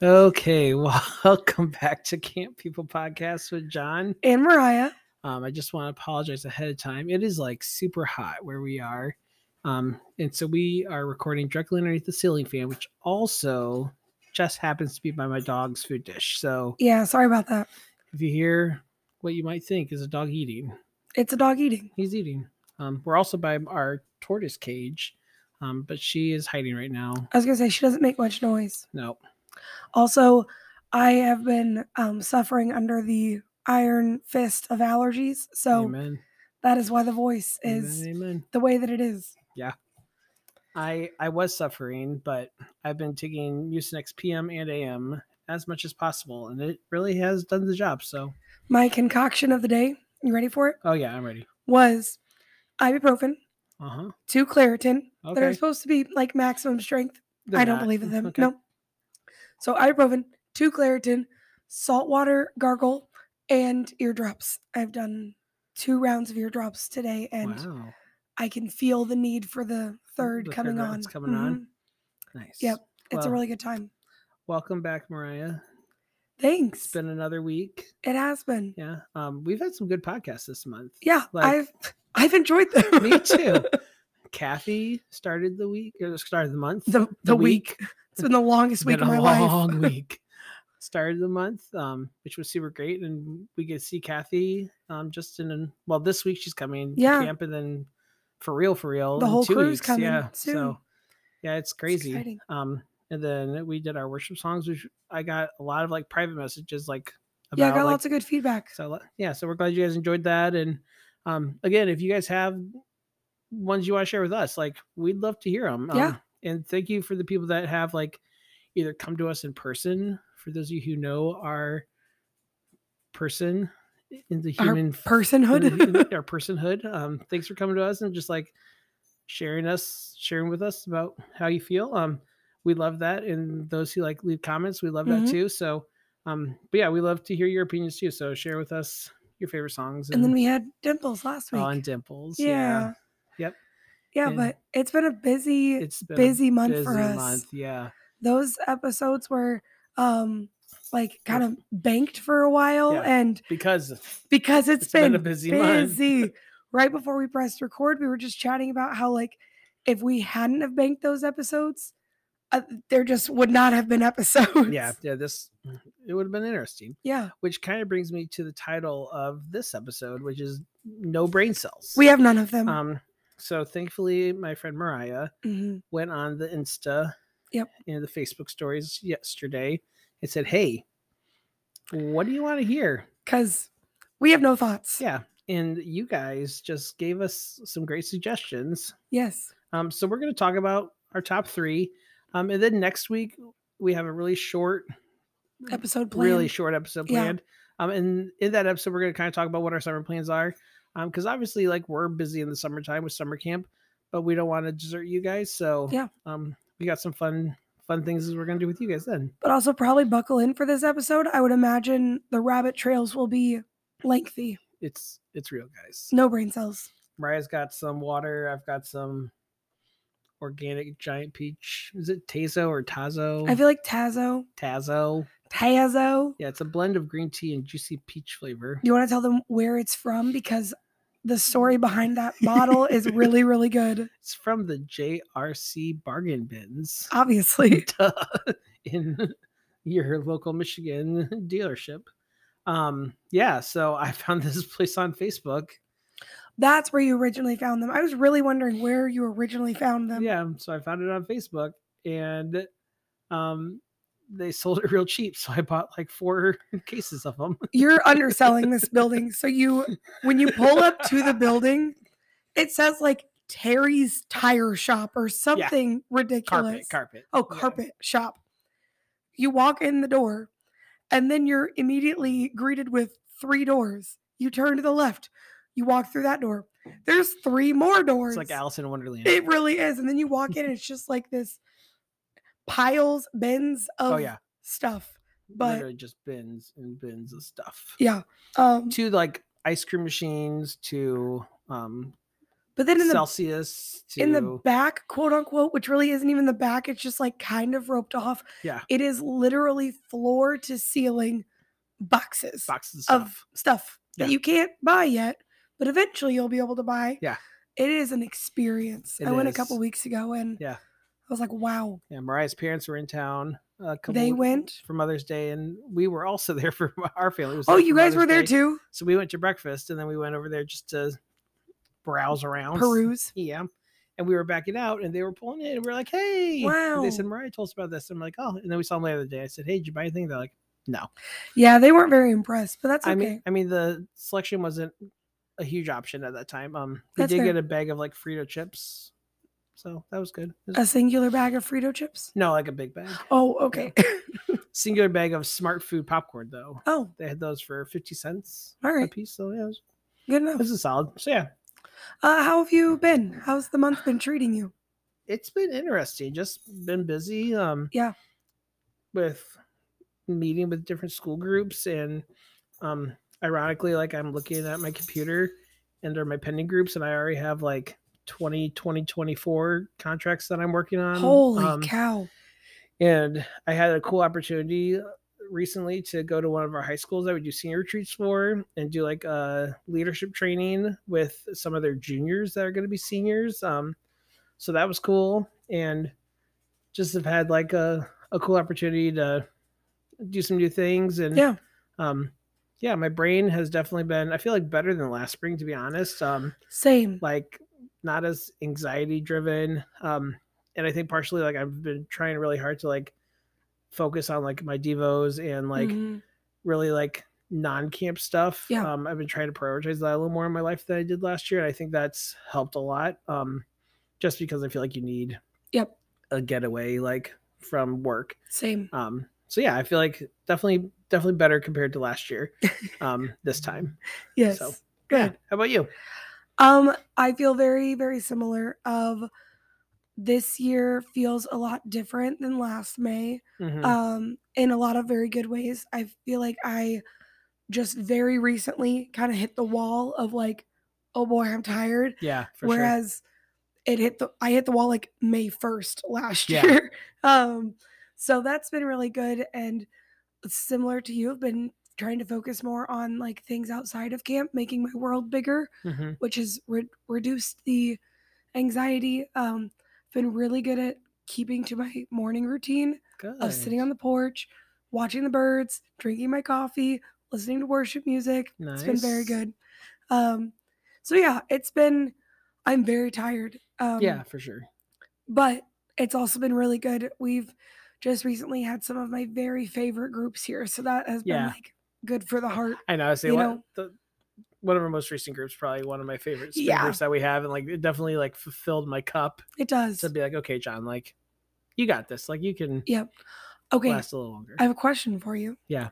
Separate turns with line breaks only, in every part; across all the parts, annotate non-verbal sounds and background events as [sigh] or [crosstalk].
Okay, [laughs] welcome back to Camp People Podcast with John.
and Mariah.
Um, I just want to apologize ahead of time. It is like super hot where we are. Um, and so we are recording directly underneath the ceiling fan, which also just happens to be by my dog's food dish. So
Yeah, sorry about that.
if you hear what you might think is a dog eating,
It's a dog eating.
he's eating. Um, we're also by our tortoise cage, um, but she is hiding right now.
I was gonna say she doesn't make much noise.
No,
Also, I have been um, suffering under the iron fist of allergies, so
amen.
that is why the voice is
amen, amen.
the way that it is.
I I was suffering, but I've been taking Mucinex PM and AM as much as possible, and it really has done the job. So,
My concoction of the day. You ready for it?
oh yeah, I'm ready.
Was ibuprofen,
Uh huh.
two Claritin that are
Okay.
supposed to be like maximum strength. I don't believe in
[laughs]
them.
Okay.
No. So ibuprofen, two Claritin, salt water gargle, and eardrops. I've done two rounds of eardrops today, and
wow,
I can feel the need for the third
the third
coming on.
round's coming on.
Mhm.
nice.
Yep, It's a
Well,
really good time.
welcome back, Mariah.
Thanks.
It's been another week.
it has been. Yeah,
Yeah. Um, we've had some good podcasts this
[laughs]
month. like-
I've I've enjoyed them.
[laughs]
[laughs]
Me too. Kathy started the week or started the month.
the the, week. It's been the longest week
been
of my
a [laughs]
life.
long week. Started the month, um, which was super great, and we get to see Kathy um, just in an- well this week she's coming to
Yeah.
camp, and then for real, for real,
The
in
whole
two
crew's
weeks.
coming
yeah.
soon.
So yeah, it's crazy.
exciting.
um, and then we did our worship songs, which I got a lot of like private messages like about
Yeah, I got
like,
lots of good feedback.
so le- yeah, so we're glad you guys enjoyed that. And um, again, if you guys have ones you want to share with us, like we'd love to hear them.
Yeah.
Um, and thank you for the people that have like either come to us in person. For those of you who know our person i- in the
Our
human f- in the
Personhood.
hu- our personhood, um, thanks for coming to us and just like sharing us, sharing with us about how you feel. Um, we love that, and those who like leave comments, we love that
Mhm.
too. So um, but yeah, we love to hear your opinions too. So share with us your favorite songs
[laughs] and then we had dimples last week.
um, on dimples.
yeah.
Yep.
Yeah,
And-
but it's been a busy
It's been a
busy month
busy
for us.
month. Yeah.
Those episodes were um like kind of banked for a while
Yeah.
and
Because
because
it's
it's
been,
been,
a busy, month.
busy. right before we pressed record, we were just chatting about how like if we hadn't have banked those episodes, uh, there just would not have been [laughs] episodes.
Yeah. Yeah. This it would have been interesting.
Yeah.
Which kind of brings me to the title of this episode, which is No Brain Cells.
We have none of them.
um so thankfully my friend Mariah
Mhm.
went on the Insta
Yep.
and the Facebook stories yesterday and said, Hey, what do you want to hear?
Cause we have no thoughts.
Yeah. And you guys just gave us some great suggestions.
Yes.
Um, so we're going to talk about our top three. Um, and then next week, we have a really short,
Episode plan.
really short episode
Yeah.
planned. Um, and in that episode, we're going to kind of talk about what our summer plans are. Um, because obviously, like, we're busy in the summertime with summer camp, but we don't want to desert you guys. So,
Yeah.
um, we got some fun, fun things that we're going to do with you guys then.
but also probably buckle in for this episode. I would imagine the rabbit trails will be lengthy.
It's, it's real, guys.
No brain cells.
Mariah's got some water. I've got some organic giant peach. Is it Tazo or Tazo?
I feel like Tazo,
Tazo.
Tazo.
Yeah, it's a blend of green tea and juicy peach flavor.
Do you want to tell them where it's from? Because the story behind that bottle is really,
[laughs]
really good.
It's from the JRC bargain bins
Obviously.
[laughs] Duh. uh, in your local Michigan dealership. Um, yeah, so I found this place on Facebook.
That's where you originally found them. I was really wondering where you originally found them.
Yeah, so I found it on Facebook and um they sold it real cheap, so I bought like four [laughs] cases of them.
You're underselling this building. So you when you pull up to the building, it says like Terry's tire shop or something ridiculous.
Carpet, carpet.
oh
Yeah.
carpet shop you walk in the door and then you're immediately greeted with three doors you turn to the left you walk through that door there's three more doors
It's like Alice in Wonderland.
it really is and then
[laughs]
you walk in and it's just like this piles bins of
oh yeah.
stuff but-
literally just bins and bins of stuff.
yeah um
to like ice cream machines to um
But then in the
Celsius to
in the back, quote unquote, which really isn't even the back, it's just like kind of roped off.
Yeah.
It is literally floor to ceiling boxes
boxes of
of
stuff.
stuff
Yeah.
that you can't buy yet, but eventually you'll be able to buy.
Yeah.
It is an experience.
It
I went
is.
a couple weeks ago and
Yeah.
I was like, wow.
Yeah, Mariah's parents were in town. uh, A couple
They
weeks-
went.
for Mother's Day, and we were also [laughs] there for our family. Was
Oh,
there for
you guys
Mother's
were there
Day.
too?
So we went to breakfast, and then we went over there just to browse around.
Peruse.
Yeah. And we were backing out, and they were pulling in, and we are like, "Hey!" And
Wow.
they said, "Mariah told us about this." I'm like, "Oh!" And then we saw them later the day. I said, "Hey, did you buy anything?" They're like, "No."
Yeah, they weren't very impressed, but that's okay.
I mean, I mean, the selection wasn't a huge option at that time. Um, we
That's
did
fair.
get a bag of like Frito chips, so that was good. It was-
a singular bag of Frito chips.
no, like a big bag,
Oh, okay.
singular bag of smart food popcorn though.
oh,
They had those for fifty cents
all
a [laughs]
right. Oh.
piece, so yeah, it was, it
Good enough.
was a solid. So yeah,
Uh, how have you been? How's the month been treating you?
it's been interesting. Just been busy. Um,
Yeah.
with meeting with different school groups, and um, ironically, like I'm looking at my computer and under my pending groups, and I already have like 20, 20, 24 contracts that I'm working on.
Holy
um,
cow.
And I had a cool opportunity recently to go to one of our high schools that we do senior retreats for and do like a leadership training with some of their juniors that are going to be seniors. Um, so that was cool. And just have had like a, a cool opportunity to do some new things. And
Yeah.
um, yeah, my brain has definitely been, I feel like better than last spring, to be honest. Um,
Same.
like not as anxiety driven um and i think partially like i've been trying really hard to like focus on like my devos and like
Mhm.
really like non-camp stuff
Yeah.
um i've been trying to prioritize that a little more in my life than i did last year and i think that's helped a lot um just because i feel like you need
Yep.
a getaway like from work
Same.
um so yeah i feel like definitely definitely better compared to last
[laughs]
year um this time
Yes.
yeah how about you
Um, I feel very, very similar of this year feels a lot different than last May.
Mhm.
Um, in a lot of very good ways. I feel like I just very recently kind of hit the wall of like, oh boy, I'm tired.
yeah for sure
Whereas it hit the I hit the wall like May 1st last [laughs]
Yeah.
year. Um so that's been really good and similar to you, I've been trying to focus more on like things outside of camp, making my world bigger,
Mhm.
which has re- reduced the anxiety. Um been really good at keeping to my morning routine of sitting
Good.
on the porch, watching the birds, drinking my coffee, listening to worship music. It's been very
Nice.
good. Um, so yeah, it's been. I'm very tired. Um,
yeah, for sure.
but it's also been really good. We've just recently had some of my very favorite groups here, so that has
Yeah.
been like good for the heart.
I know. I say
you
one,
know-
the, one of our most recent groups, probably one of my favorite spin
Yeah.
groups that we have, and like it definitely like fulfilled my cup
It does.
to be like, okay, John, like you got this. Like you can
Yep. Okay,
last a little longer.
I have a question for you.
Yeah.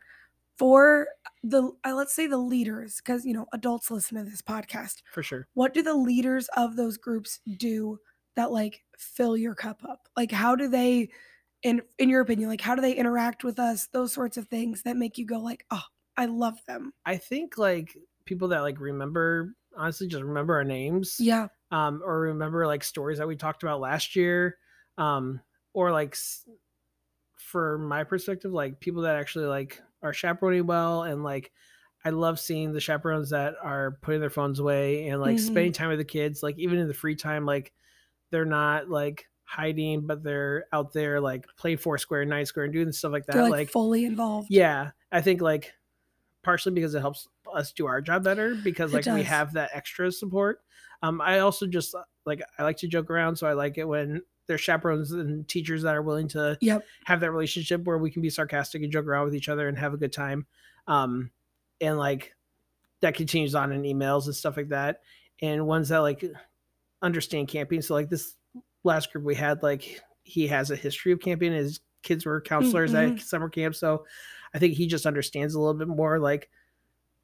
For the uh, let's say the leaders, because you know adults listen to this podcast.
for sure.
what do the leaders of those groups do that like fill your cup up like how do they in in your opinion like how do they interact with us those sorts of things that make you go like oh i love them
I think like people that like remember honestly just remember our names.
yeah
um, or remember like stories that we talked about last year, um, or like s- for my perspective, like people that actually like are chaperoning well and like I love seeing the chaperones that are putting their phones away and like
Mhm.
spending time with the kids, like even in the free time, like they're not like hiding, but they're out there like playing four square, nine square, and doing stuff like that.
they're like,
like
fully involved
yeah, I think like partially because it helps us do our job better because
It
like we
does.
have that extra support. Um, I also just uh, like I like to joke around, so I like it when there's chaperones and teachers that are willing to
Yep.
have that relationship where we can be sarcastic and joke around with each other and have a good time. Um, and like that continues on in emails and stuff like that, and ones that like understand camping. So like this last group we had, like he has a history of camping. His kids were counselors
mhm.
at summer camp, so I think he just understands a little bit more like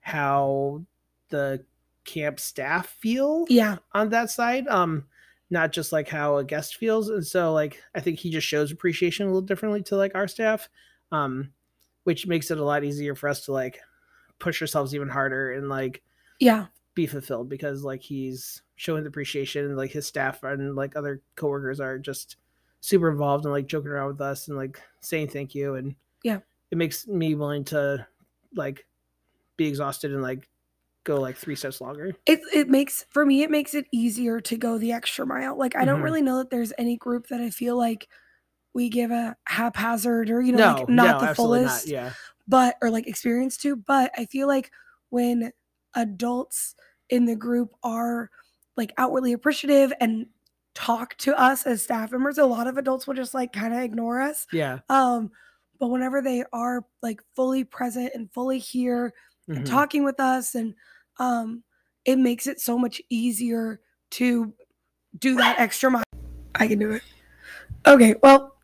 how the camp staff feel
yeah
on that side. Um, not just like how a guest feels. And so like I think he just shows appreciation a little differently to like our staff. Um, which makes it a lot easier for us to like push ourselves even harder and like
yeah
be fulfilled because like he's showing the appreciation and like his staff and like other coworkers are just super involved and like joking around with us and like saying thank you and
Yeah.
it makes me willing to like be exhausted and like go like three steps longer
it it makes for me it makes it easier to go the extra mile. Like I don't
Mhm.
really know that there's any group that I feel like we give a haphazard or you know
no
like not
no
the
absolutely
fullest
not yeah
but or like experience to, but I feel like when adults in the group are like outwardly appreciative and talk to us as staff members, a lot of adults will just like kind of ignore us.
yeah
Um but whenever they are like fully present and fully here
mhm.
talking with us and um it makes it so much easier to do that extra mile i can do it okay well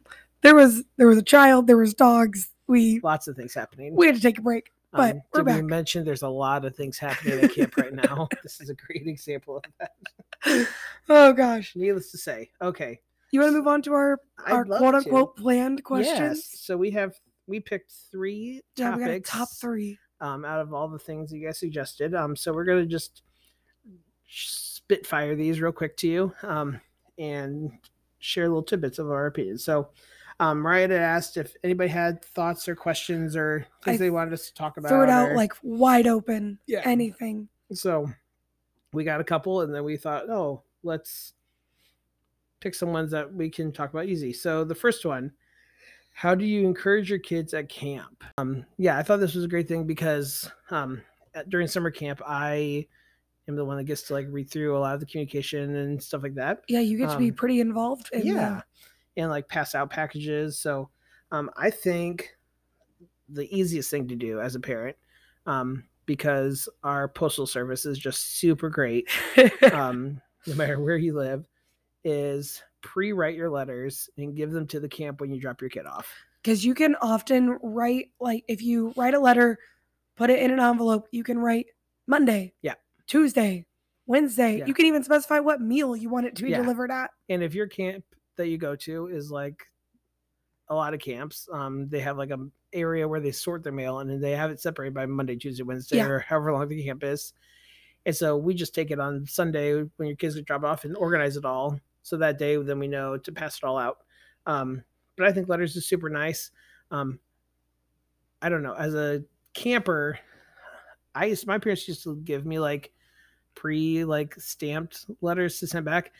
there was there was a child there was dogs we
lots of things happening Um,
we had to take a break but we're
did we
back.
mention there's a lot of things happening at camp right now [laughs] this is a great example of that
oh gosh
needless to say okay
you want to move on to our
I'd
our
love
quote
to.
unquote planned questions
so we have we picked three
yeah we
topics
got a top three
um, out of all the things you guys suggested. Um, so we're gonna just spitfire these real quick to you, um, and share little tidbits of our opinions. So, um, Mariah had asked if anybody had thoughts or questions or things
I
they wanted us to talk about.
throw it out
or-
like wide open
yeah.
anything
so we got a couple, and then we thought, oh, let's pick some ones that we can talk about easy. So the first one. How do you encourage your kids at camp? Um, yeah, I thought this was a great thing because um, at- during summer camp, I am the one that gets to like read through a lot of the communication and stuff like that.
yeah you get to be
Um,
pretty involved in the-
yeah, and like pass out packages. So um, I think the easiest thing to do as a parent, um, because our postal service is just super great
[laughs]
um, no matter where you live, is pre-write your letters and give them to the camp when you drop your kid off.
because you can often write like if you write a letter put it in an envelope you can write monday
Yeah.
tuesday wednesday
Yeah.
you can even specify what meal you want it to be
Yeah.
delivered at
And if your camp that you go to is like a lot of camps, um, they have like a area where they sort their mail and then they have it separated by Monday, Tuesday, Wednesday,
Yeah.
or however long the camp is. And so we just take it on Sunday when your kids get dropped off and organize it all. So that day, then we know to pass it all out. Um, but I think letters is super nice. Um, I don't know. As a camper, I used my parents used to give me like pre like stamped letters to send back.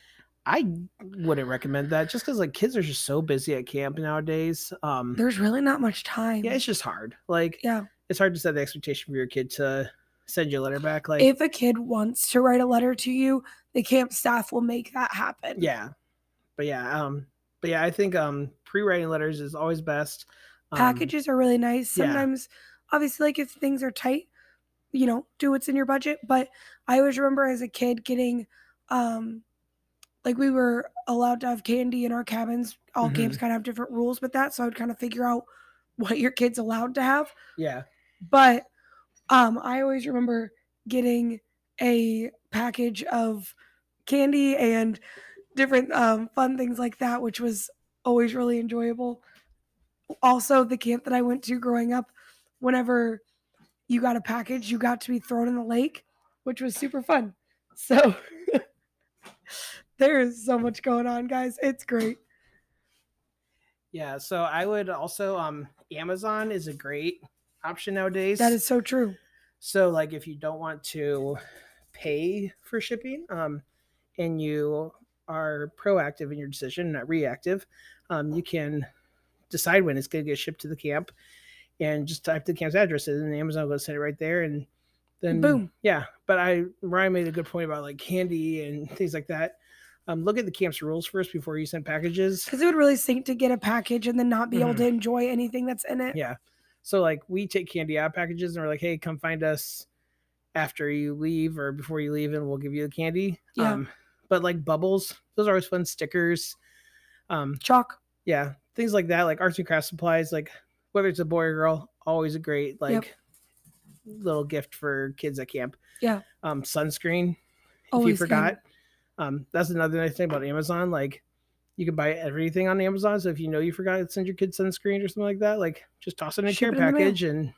I wouldn't recommend that just because like kids are just so busy at camp nowadays. Um,
there's really not much time
yeah, it's just hard. Like
Yeah.
it's hard to set the expectation for your kid to send you a letter back. Like
if a kid wants to write a letter to you the camp staff will make that happen
yeah, but yeah, um, but yeah, I think um pre-writing letters is always best. Um,
packages are really nice
yeah.
sometimes obviously like if things are tight you know do what's in your budget but i always remember as a kid getting um like we were allowed to have candy in our cabins all
Mhm.
camps kind of have different rules with that so i would kind of figure out what your kids allowed to have
Yeah,
but um i always remember getting a package of candy and different um fun things like that which was always really enjoyable also the camp that i went to growing up whenever you got a package you got to be thrown in the lake which was super fun so [laughs] there is so much going on guys it's great
yeah. So I would also um Amazon is a great option nowadays.
that is so true
So like if you don't want to pay for shipping, um, and you are proactive in your decision, not reactive, um, you can decide when it's going to get shipped to the camp, and just type the camp's address in, and Amazon will send it right there, and then
Boom.
yeah. But I Ryan made a good point about like candy and things like that. Um, look at the camp's rules first before you send packages.
because it would really sink to get a package and then not be able
Mhm.
to enjoy anything that's in it
Yeah. So like we take candy out of packages and we're like, hey, come find us after you leave or before you leave and we'll give you the candy.
Yeah.
Um, but like bubbles, those are always fun. Stickers. Um,
chalk
yeah, things like that, like arts and crafts supplies, like whether it's a boy or girl, always a great like little gift for kids at camp.
Yeah.
Um, sunscreen if you
Always good.
forgot. Um, that's another nice thing about Amazon. Like, you can buy everything on Amazon. So if you know you forgot to send your kid sunscreen or something like that, like just toss it in a care
Ship it in the mail.
package and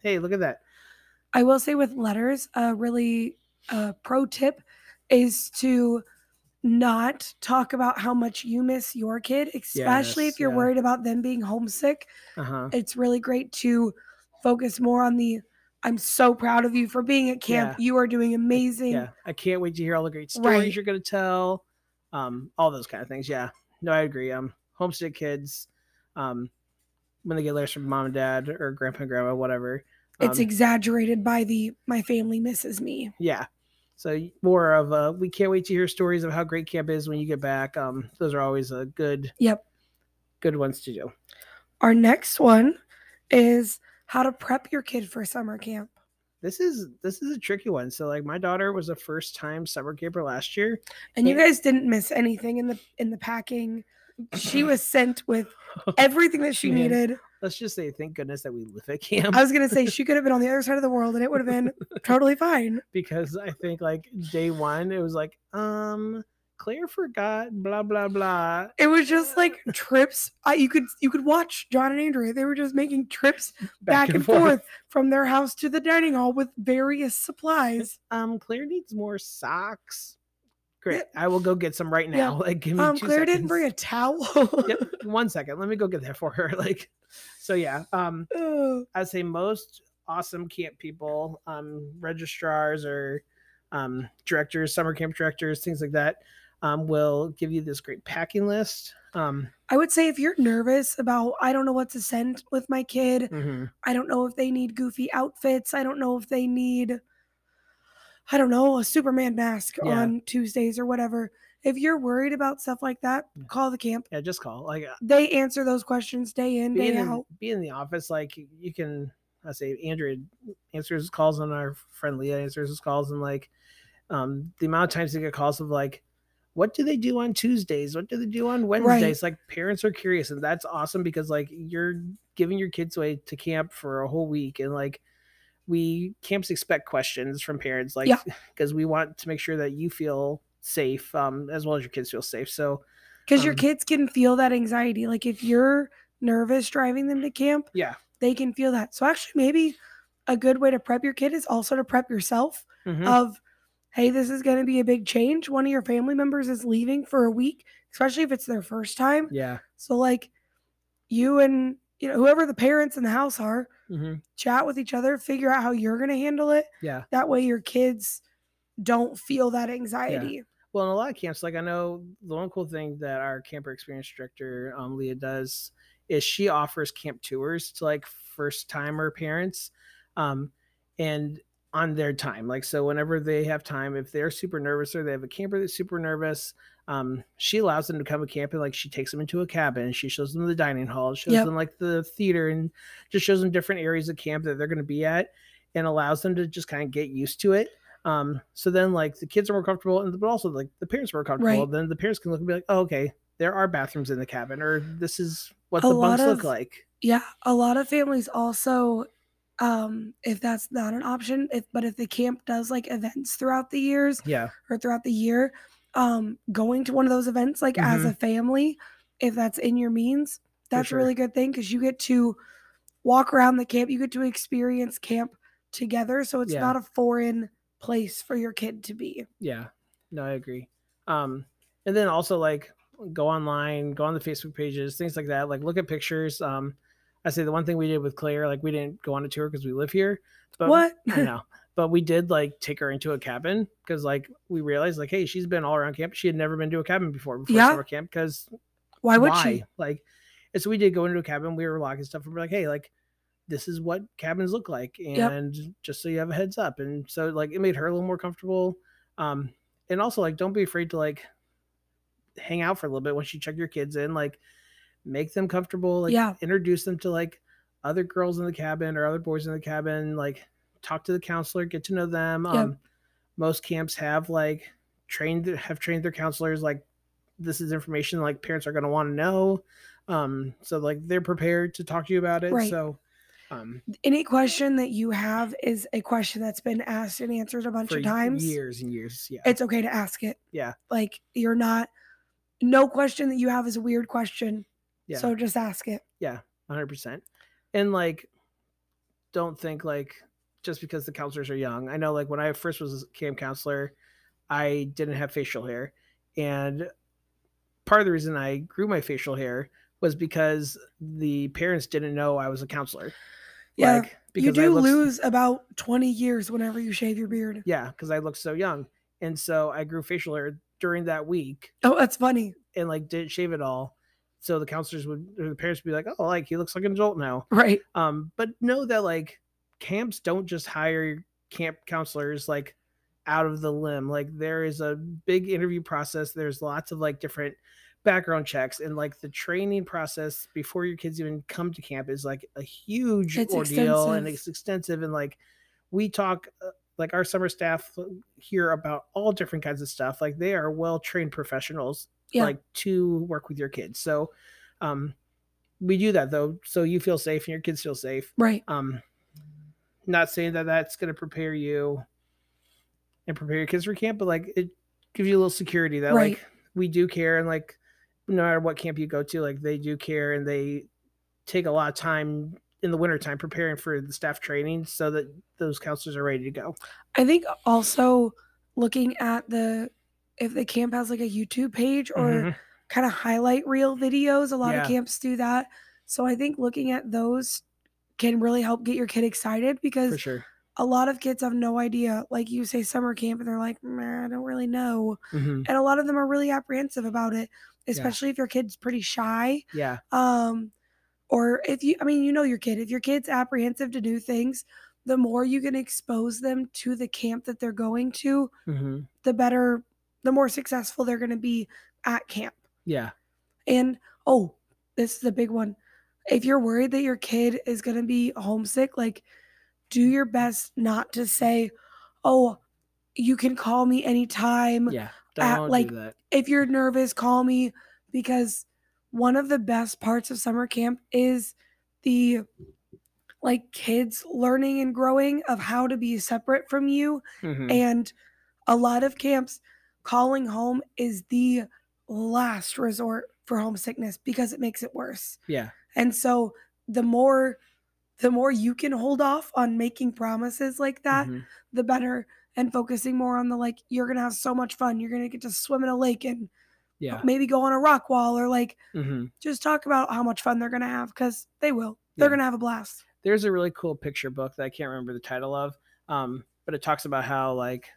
hey, look at that.
I will say with letters, a really uh, pro tip is to not talk about how much you miss your kid, especially
Yes,
if you're
yeah.
worried about them being homesick.
Uh huh.
It's really great to focus more on the I'm so proud of you for being at camp. You are doing amazing.
Yeah. I can't wait to hear all the great stories
Right.
you're going to tell. Um, all those kind of things. Yeah. No, I agree. Um, homesick kids, um, when they get letters from mom and dad or grandpa and grandma, whatever. Um,
It's exaggerated by the my family misses me.
yeah. So y- more of a, we can't wait to hear stories of how great camp is when you get back. Um, those are always a good,
Yep.
good ones to do.
Our next one is how to prep your kid for summer camp.
This is, this is a tricky one. So like my daughter was a first time summer camper last year.
And you
Yeah.
guys didn't miss anything in the in the packing. She was
[laughs]
sent with everything that she
Man.
needed.
Let's just say, thank goodness that we live at camp.
I was gonna say she could have been on the other side of the world and it would have been totally fine.
[laughs] because I think like day one it was like um Claire forgot blah blah blah.
It was just like trips. I, you could you could watch John and Andrea. They were just making trips back, and, forth. from their house to the dining hall with various supplies.
[laughs] Um, Claire needs more socks. Great, I will go get some right
Yeah.
now. [laughs] Like, give me
Um,
two
Claire didn't bring a
seconds.
towel.
Yep, one second. Let me go get that for her. [laughs] Like, so yeah. Um,
Oh,
I'd say most awesome camp people, um, registrars or um, directors, summer camp directors, things like that, um, will give you this great packing list. Um,
[laughs] I would say if you're nervous about I don't know what to send with my kid,
mhm.
I don't know if they need goofy outfits. I don't know if they need, I don't know, a Superman mask
Yeah.
on Tuesdays or whatever. If you're worried about stuff like that,
Yeah.
call the camp.
yeah, just call. Like,
They answer those questions day in,
being
day
in,
out.
being in the office, like you can, I say, Andrew answers his calls and our friend Leah answers his calls, and like um, the amount of times they get calls of like, what do they do on Tuesdays? What do they do on Wednesdays? Like parents are curious, and that's awesome because like you're giving your kids away to camp for a whole week, and like we camps expect questions from parents, like [laughs]
Yeah.
because we want to make sure that you feel safe um, as well as your kids feel safe. So
Because your
um,
kids can feel that anxiety. Like if you're nervous driving them to camp,
yeah,
they can feel that. So actually, maybe a good way to prep your kid is also to prep yourself
Mhm.
of hey this is going to be a big change one of your family members is leaving for a week especially if it's their first time
yeah.
so like you and you know whoever the parents in the house are
hmm
chat with each other figure out how you're going to handle it
Yeah.
that way your kids don't feel that anxiety
Well, in a lot of camps, like I know the one cool thing that our camper experience director, um, Leah, does is she offers camp tours to like first timer parents um, and on their time. Like, so whenever they have time, if they're super nervous or they have a camper that's super nervous, um, she allows them to come to camp and like she takes them into a cabin. She shows them the dining hall, shows
Yep.
them like the theater, and just shows them different areas of camp that they're going to be at and allows them to just kind of get used to it. Um, so then like the kids are more comfortable, and but also like the parents are more comfortable.
Right.
Then the parents can look and be like, oh, okay, there are bathrooms in the cabin, or this is what
A
the bunks
lot
look
of-
like.
yeah a lot of families also um if that's not an option if but if the camp does like events throughout the years
Yeah.
or throughout the year um going to one of those events like as a family if that's in your means that's
Mm-hmm. sure.
a really good thing because you get to walk around the camp you get to experience camp together so it's
Yeah.
not a foreign place for your kid to be
Yeah. No, I agree. Um, and then also like go online, go on the Facebook pages, things like that. Like look at pictures. Um, I say the one thing we did with Claire, like we didn't go on a tour because we live here. But
what
[laughs] I know. But we did like take her into a cabin because like we realized like, hey, she's been all around camp. She had never been to a cabin before before
Yeah.
summer camp because
why would she
like and so we did go into a cabin we were logging stuff and we're like hey like this is what cabins look like
Yep.
and just so you have a heads up and so like it made her a little more comfortable um and also like don't be afraid to like hang out for a little bit once you check your kids in like make them comfortable like
Yeah.
introduce them to like other girls in the cabin or other boys in the cabin like talk to the counselor get to know them
Yep.
um most camps have like trained have trained their counselors like this is information like parents are going to want to know um so like they're prepared to talk to you about it
Right.
so um
any question that you have is a question that's been asked and answered a bunch
for
of times
years and years yeah
it's okay to ask it
Yeah.
like you're not no question that you have is a weird question
yeah
so just ask it
100% and like don't think like just because the counselors are young. I know, like when I first was a camp counselor, I didn't have facial hair, and part of the reason I grew my facial hair was because the parents didn't know I was a counselor.
Yeah,
Like,
you
I
do
looked-
lose about 20 years whenever you shave your beard.
Yeah, because I looked so young, and so I grew facial hair during that week,
Oh, that's funny.
and like didn't shave it all. So the counselors would, or the parents would be like, "Oh, like he looks like an adult now."
Right.
um but know that like camps don't just hire camp counselors like out of the limb like there is a big interview process there's lots of like different background checks and like the training process before your kids even come to camp is like a huge
It's
ordeal and
extensive.
it's extensive and like we talk uh, like our summer staff uh, hear about all different kinds of stuff like they are well trained professionals
Yeah.
like to work with your kids so um we do that though so you feel safe and your kids feel safe
Right.
um not saying that that's going to prepare you and prepare your kids for camp but like it gives you a little security that
Right.
like we do care and like no matter what camp you go to like they do care and they take a lot of time in the wintertime preparing for the staff training so that those counselors are ready to go
I think also looking at the if the camp has like a YouTube page or
Mhm.
kind of highlight reel videos, a lot of
Yeah.
camps do that. So I think looking at those can really help get your kid excited because
for sure
a lot of kids have no idea. Like you say summer camp and they're like, "Nah, I don't really know.
Mhm.
And a lot of them are really apprehensive about it, especially if your kid's pretty shy.
yeah
Um or if you I mean, you know your kid. If your kid's apprehensive to do things, the more you can expose them to the camp that they're going to,
hmm
the better the more successful they're going to be at camp.
yeah
And oh, this is a big one. If you're worried that your kid is going to be homesick, like do your best not to say, "Oh, you can call me anytime."
yeah
Um, at,
don't
like,
do that
If you're nervous, call me because one of the best parts of summer camp is the like kids learning and growing of how to be separate from you
Mhm.
and a lot of camps, calling home is the last resort for homesickness because it makes it worse.
yeah
And so the more the more you can hold off on making promises like that,
Mhm.
the better and focusing more on the like you're going to have so much fun, you're going to get to swim in a lake and
yeah
maybe go on a rock wall or like
hmm
just talk about how much fun they're going to have cuz they will. They're
Yeah.
going to have a blast.
there's a really cool picture book that I can't remember the title of, um, but it talks about how like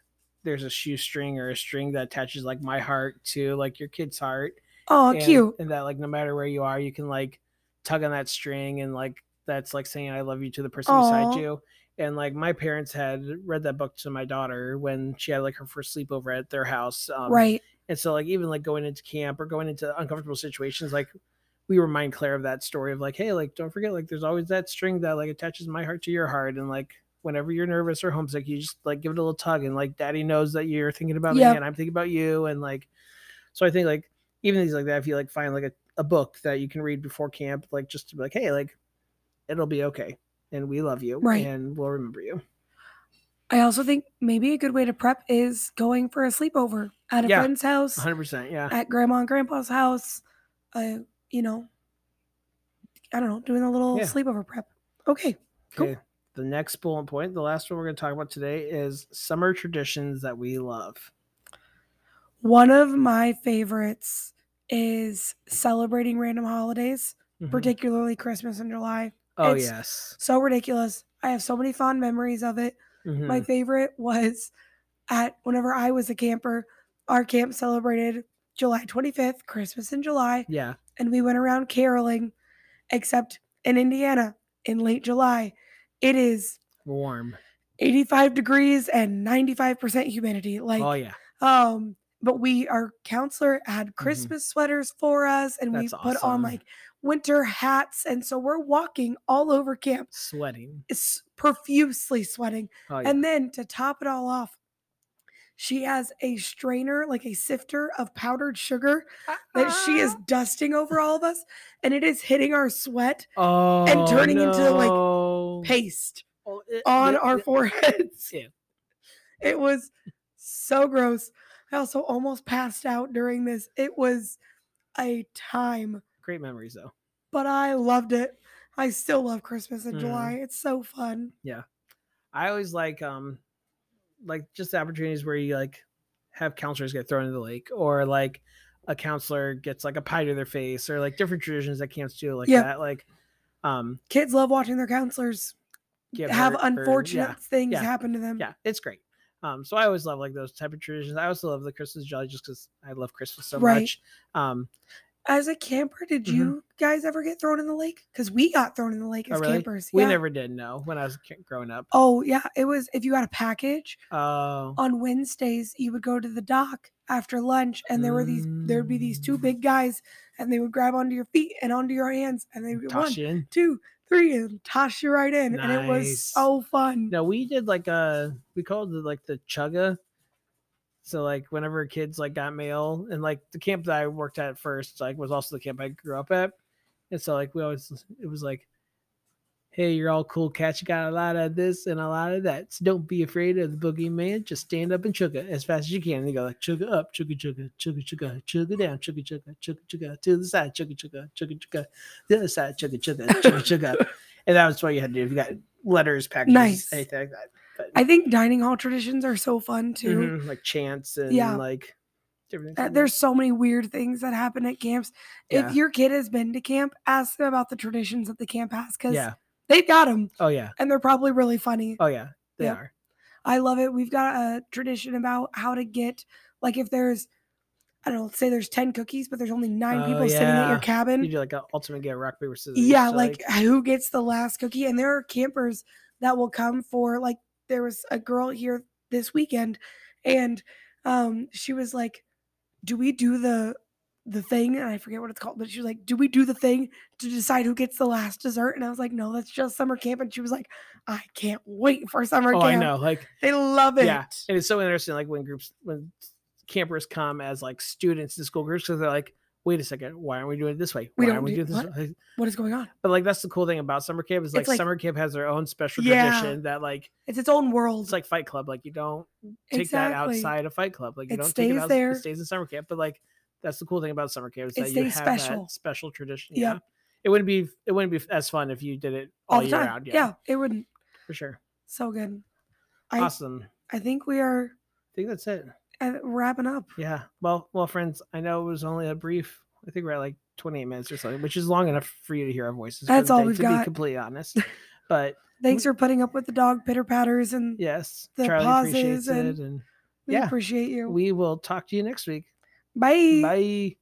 there's a shoestring or a string that attaches like my heart to like your kid's heart.
Oh,
and,
cute.
And that like no matter where you are, you can like tug on that string and like that's like saying I love you to the person
Aw.
beside you. And like my parents had read that book to my daughter when she had like her first sleepover at their house. Um,
right.
and so like even like going into camp or going into uncomfortable situations, like we remind Claire of that story of like, hey, like don't forget, like there's always that string that like attaches my heart to your heart. And like whenever you're nervous or homesick, you just like give it a little tug and like daddy knows that you're thinking about
Yep.
me and I'm thinking about you. And like so I think like even things like that, if you like find like a, a book that you can read before camp, like just to be like, hey, like it'll be okay. And we love you.
Right.
And we'll remember you.
I also think maybe a good way to prep is going for a sleepover at a
Yeah.
friend's house,
hundred percent. Yeah.
at grandma and grandpa's house. Uh, you know, I don't know, doing a little
Yeah.
sleepover prep. Okay. Cool.
Okay. The next bullet point, the last one we're going to talk about today is summer traditions that we love.
One of my favorites is celebrating random holidays,
Mhm.
particularly Christmas and July.
oh,
it's-
yes.
So ridiculous. I have so many fond memories of it.
Mhm.
My favorite was at whenever I was a camper, our camp celebrated July 25th, Christmas in July.
yeah.
and we went around caroling, except in Indiana in late July, it is
Warm.
85 degrees and 95% humidity. Like,
oh, yeah. Mm-hmm.
um, but we, our counselor had Christmas sweaters for us and we
That's
put on
awesome.
like winter hats. And so we're walking all over camp,
Sweating.
s- profusely sweating.
Oh, yeah.
And then to top it all off, she has a strainer, like a sifter of powdered sugar that she is
Ah.
dusting over all of us and it is hitting our sweat
oh,
turning
no.
into, like,
like
paste on our
[laughs]
foreheads.
Yeah.
It was so gross. I also almost passed out during this. It was a time,
Great memories, though.
but I loved it. I still love Christmas in
Mhm.
July. It's so fun.
I always like um like just the opportunities where you like have counselors get thrown in the lake or like a counselor gets like a pie to their face or like different traditions that camps do like
Yeah.
that. Like um
Kids love watching their counselors
get
have
hurt or-
unfortunate
yeah,
things
yeah,
happen to them.
yeah, it's great. Um, so I always love like those type of traditions. I also love the Christmas jelly just because I love Christmas so
Right.
much. Um,
As a camper, did
Mhm.
you guys ever get thrown in the lake? Because we got thrown in the lake
Oh,
as
really?
campers.
we
yeah.
never did know when I was ki- growing up.
Oh yeah, it was if you got a package
Oh,
on Wednesdays, you would go to the dock after lunch, and there were these there'd be these two
Mm.
big guys, and they would grab onto your feet and onto your hands, and they would one,
toss you in.
two, three, and toss you right in, and it was
Nice.
so fun.
No, we did like a we called it like the chugga. So like whenever kids like got mail and like the camp that I worked at first like was also the camp I grew up at, and so like we always it was like, hey, you're all cool cats. You got a lot of this and a lot of that. So don't be afraid of the boogeyman. Just stand up and chugga as fast as you can. And they go like chugga up, chugga chugga, chugga chugga, chugga down, chugga chugga, chugga chugga to the side, chugga chugga, chugga chugga, the other side, chugga chugga, chugga chugga. And that was what you had to do if you got letters, packages,
Nice.
anything like that. But
I think dining hall traditions are so fun too.
Mhm, like chants and
Yeah.
like different
Uh,
things.
There's so many weird things that happen at camps.
Yeah.
If your kid has been to camp, ask them about the traditions that the camp has because
yeah.
they've got them
Oh yeah.
and they're probably really funny.
Oh yeah. They
Yep.
are.
I love it. We've got a tradition about how to get, like, if there's, I don't know, let's say there's 10 cookies, but there's only nine
Oh,
people sitting at your
yeah. You
cabin.
do like an ultimate get rock paper scissors.
Yeah,
to,
like, who gets the last cookie? And there are campers that will come for, like, there was a girl here this weekend and um she was like, Do we do the, the thing and I forget what it's called, but she was like, Do we do the thing to decide who gets the last dessert? And I was like, No, that's just summer camp. And she was like, I can't wait for summer
oh, I
camp.
know. Like
They love it.
yeah, and it's so interesting. Like when groups when campers come as like students in school groups because they're like, wait a second, why aren't we doing it this way? Why
We don't
aren't we
do-
doing this?
what?
way?" Like,
What is going on?
But like that's the cool thing about summer camp is like,
like-
summer camp has their own special
Yeah.
tradition that like
It's its own world.
it's like Fight Club. Like you don't take that
exactly.
outside of Fight Club. Like you
It
don't take it
stays
out,
there.
It stays in summer camp, but like that's the cool thing about summer camp is
It
that you have
stays special.
that special tradition.
Yep.
Yeah, it wouldn't be it wouldn't be as fun if you did it all,
all, the
year
time.
round.
yeah. it wouldn't.
for sure.
So good. I
awesome. I
I think we are
think that's it.
uh, wrapping up.
Yeah. Well, well, friends, I know it was only a brief. I think we're at like 28 minutes or something, which is long enough for you to hear our voices. for
That's
the
all
day,
we've
to
got.
Be completely honest,
[laughs]
but
Thanks for putting up with the dog pitter patters, and
yes,
The
Charlie appreciates
pauses and-
it, and
we
yeah.
appreciate you.
we will talk to you next week.
Bye.
Bye.